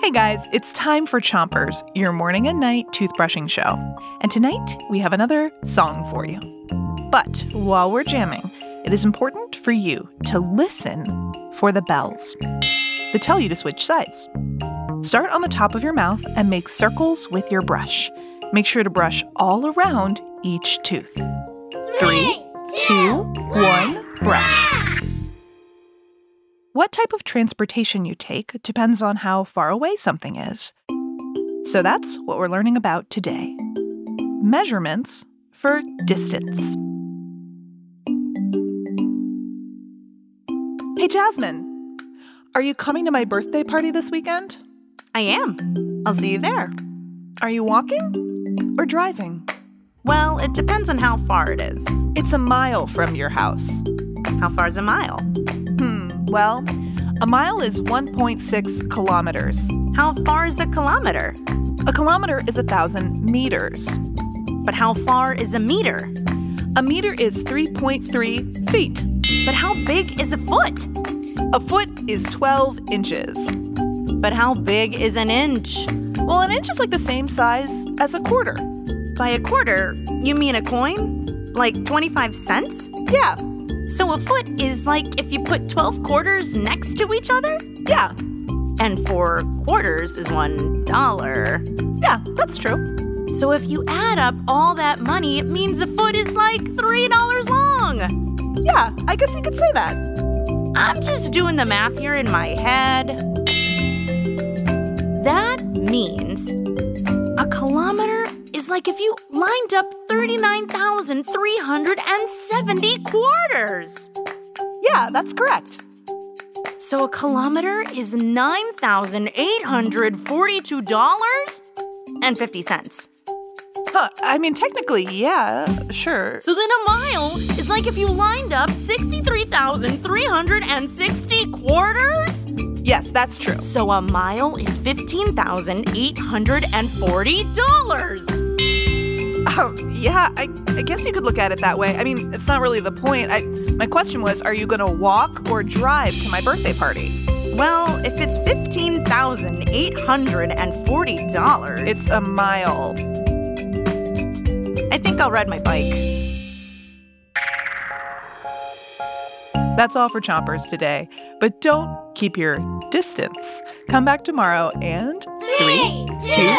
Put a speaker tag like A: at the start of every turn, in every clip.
A: Hey guys, it's time for Chompers, your morning and night toothbrushing show. And tonight, we have another song for you. But while we're jamming, it is important for you to listen for the bells that tell you to switch sides. Start on the top of your mouth and make circles with your brush. Make sure to brush all around each tooth. Three, two, one, brush. What type of transportation you take depends on how far away something is. So that's what we're learning about today measurements for distance. Hey, Jasmine, are you coming to my birthday party this weekend?
B: I am. I'll see you there.
A: Are you walking or driving?
B: Well, it depends on how far it is.
A: It's a mile from your house.
B: How far is a mile?
A: Hmm, well, a mile is 1.6 kilometers.
B: How far is a kilometer?
A: A kilometer is a thousand meters.
B: But how far is a meter?
A: A meter is 3.3 feet.
B: But how big is a foot?
A: A foot is 12 inches.
B: But how big is an inch?
A: Well, an inch is like the same size as a quarter.
B: By a quarter, you mean a coin? Like 25 cents?
A: Yeah,
B: So a foot is like if you put 12 quarters next to each other?
A: yeah,
B: And four quarters is one dollar.
A: yeah, that's true.
B: So if you add up all that money, it means a foot is like three dollars long.
A: Yeah, I guess you could say that.
B: I'm just doing the math here in my head. That means a kilometer is like if you lined up 39,370 quarters.
A: Yeah, that's correct.
B: So a kilometer is $9,842.50.
A: Huh, I mean, technically, yeah, sure.
B: So then a mile is like if you lined up 63,360 quarters?
A: Yes, that's true.
B: So a mile is $15,840.
A: Oh, yeah, I, I guess you could look at it that way. I mean, it's not really the point. I, my question was, are you going to walk or drive to my birthday party?
B: Well, if it's $15,840,
A: It's a mile.
B: I think I'll ride my bike.
A: That's all for Chompers today. But don't keep your distance. Come back tomorrow and three, two,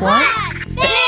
A: one, spin!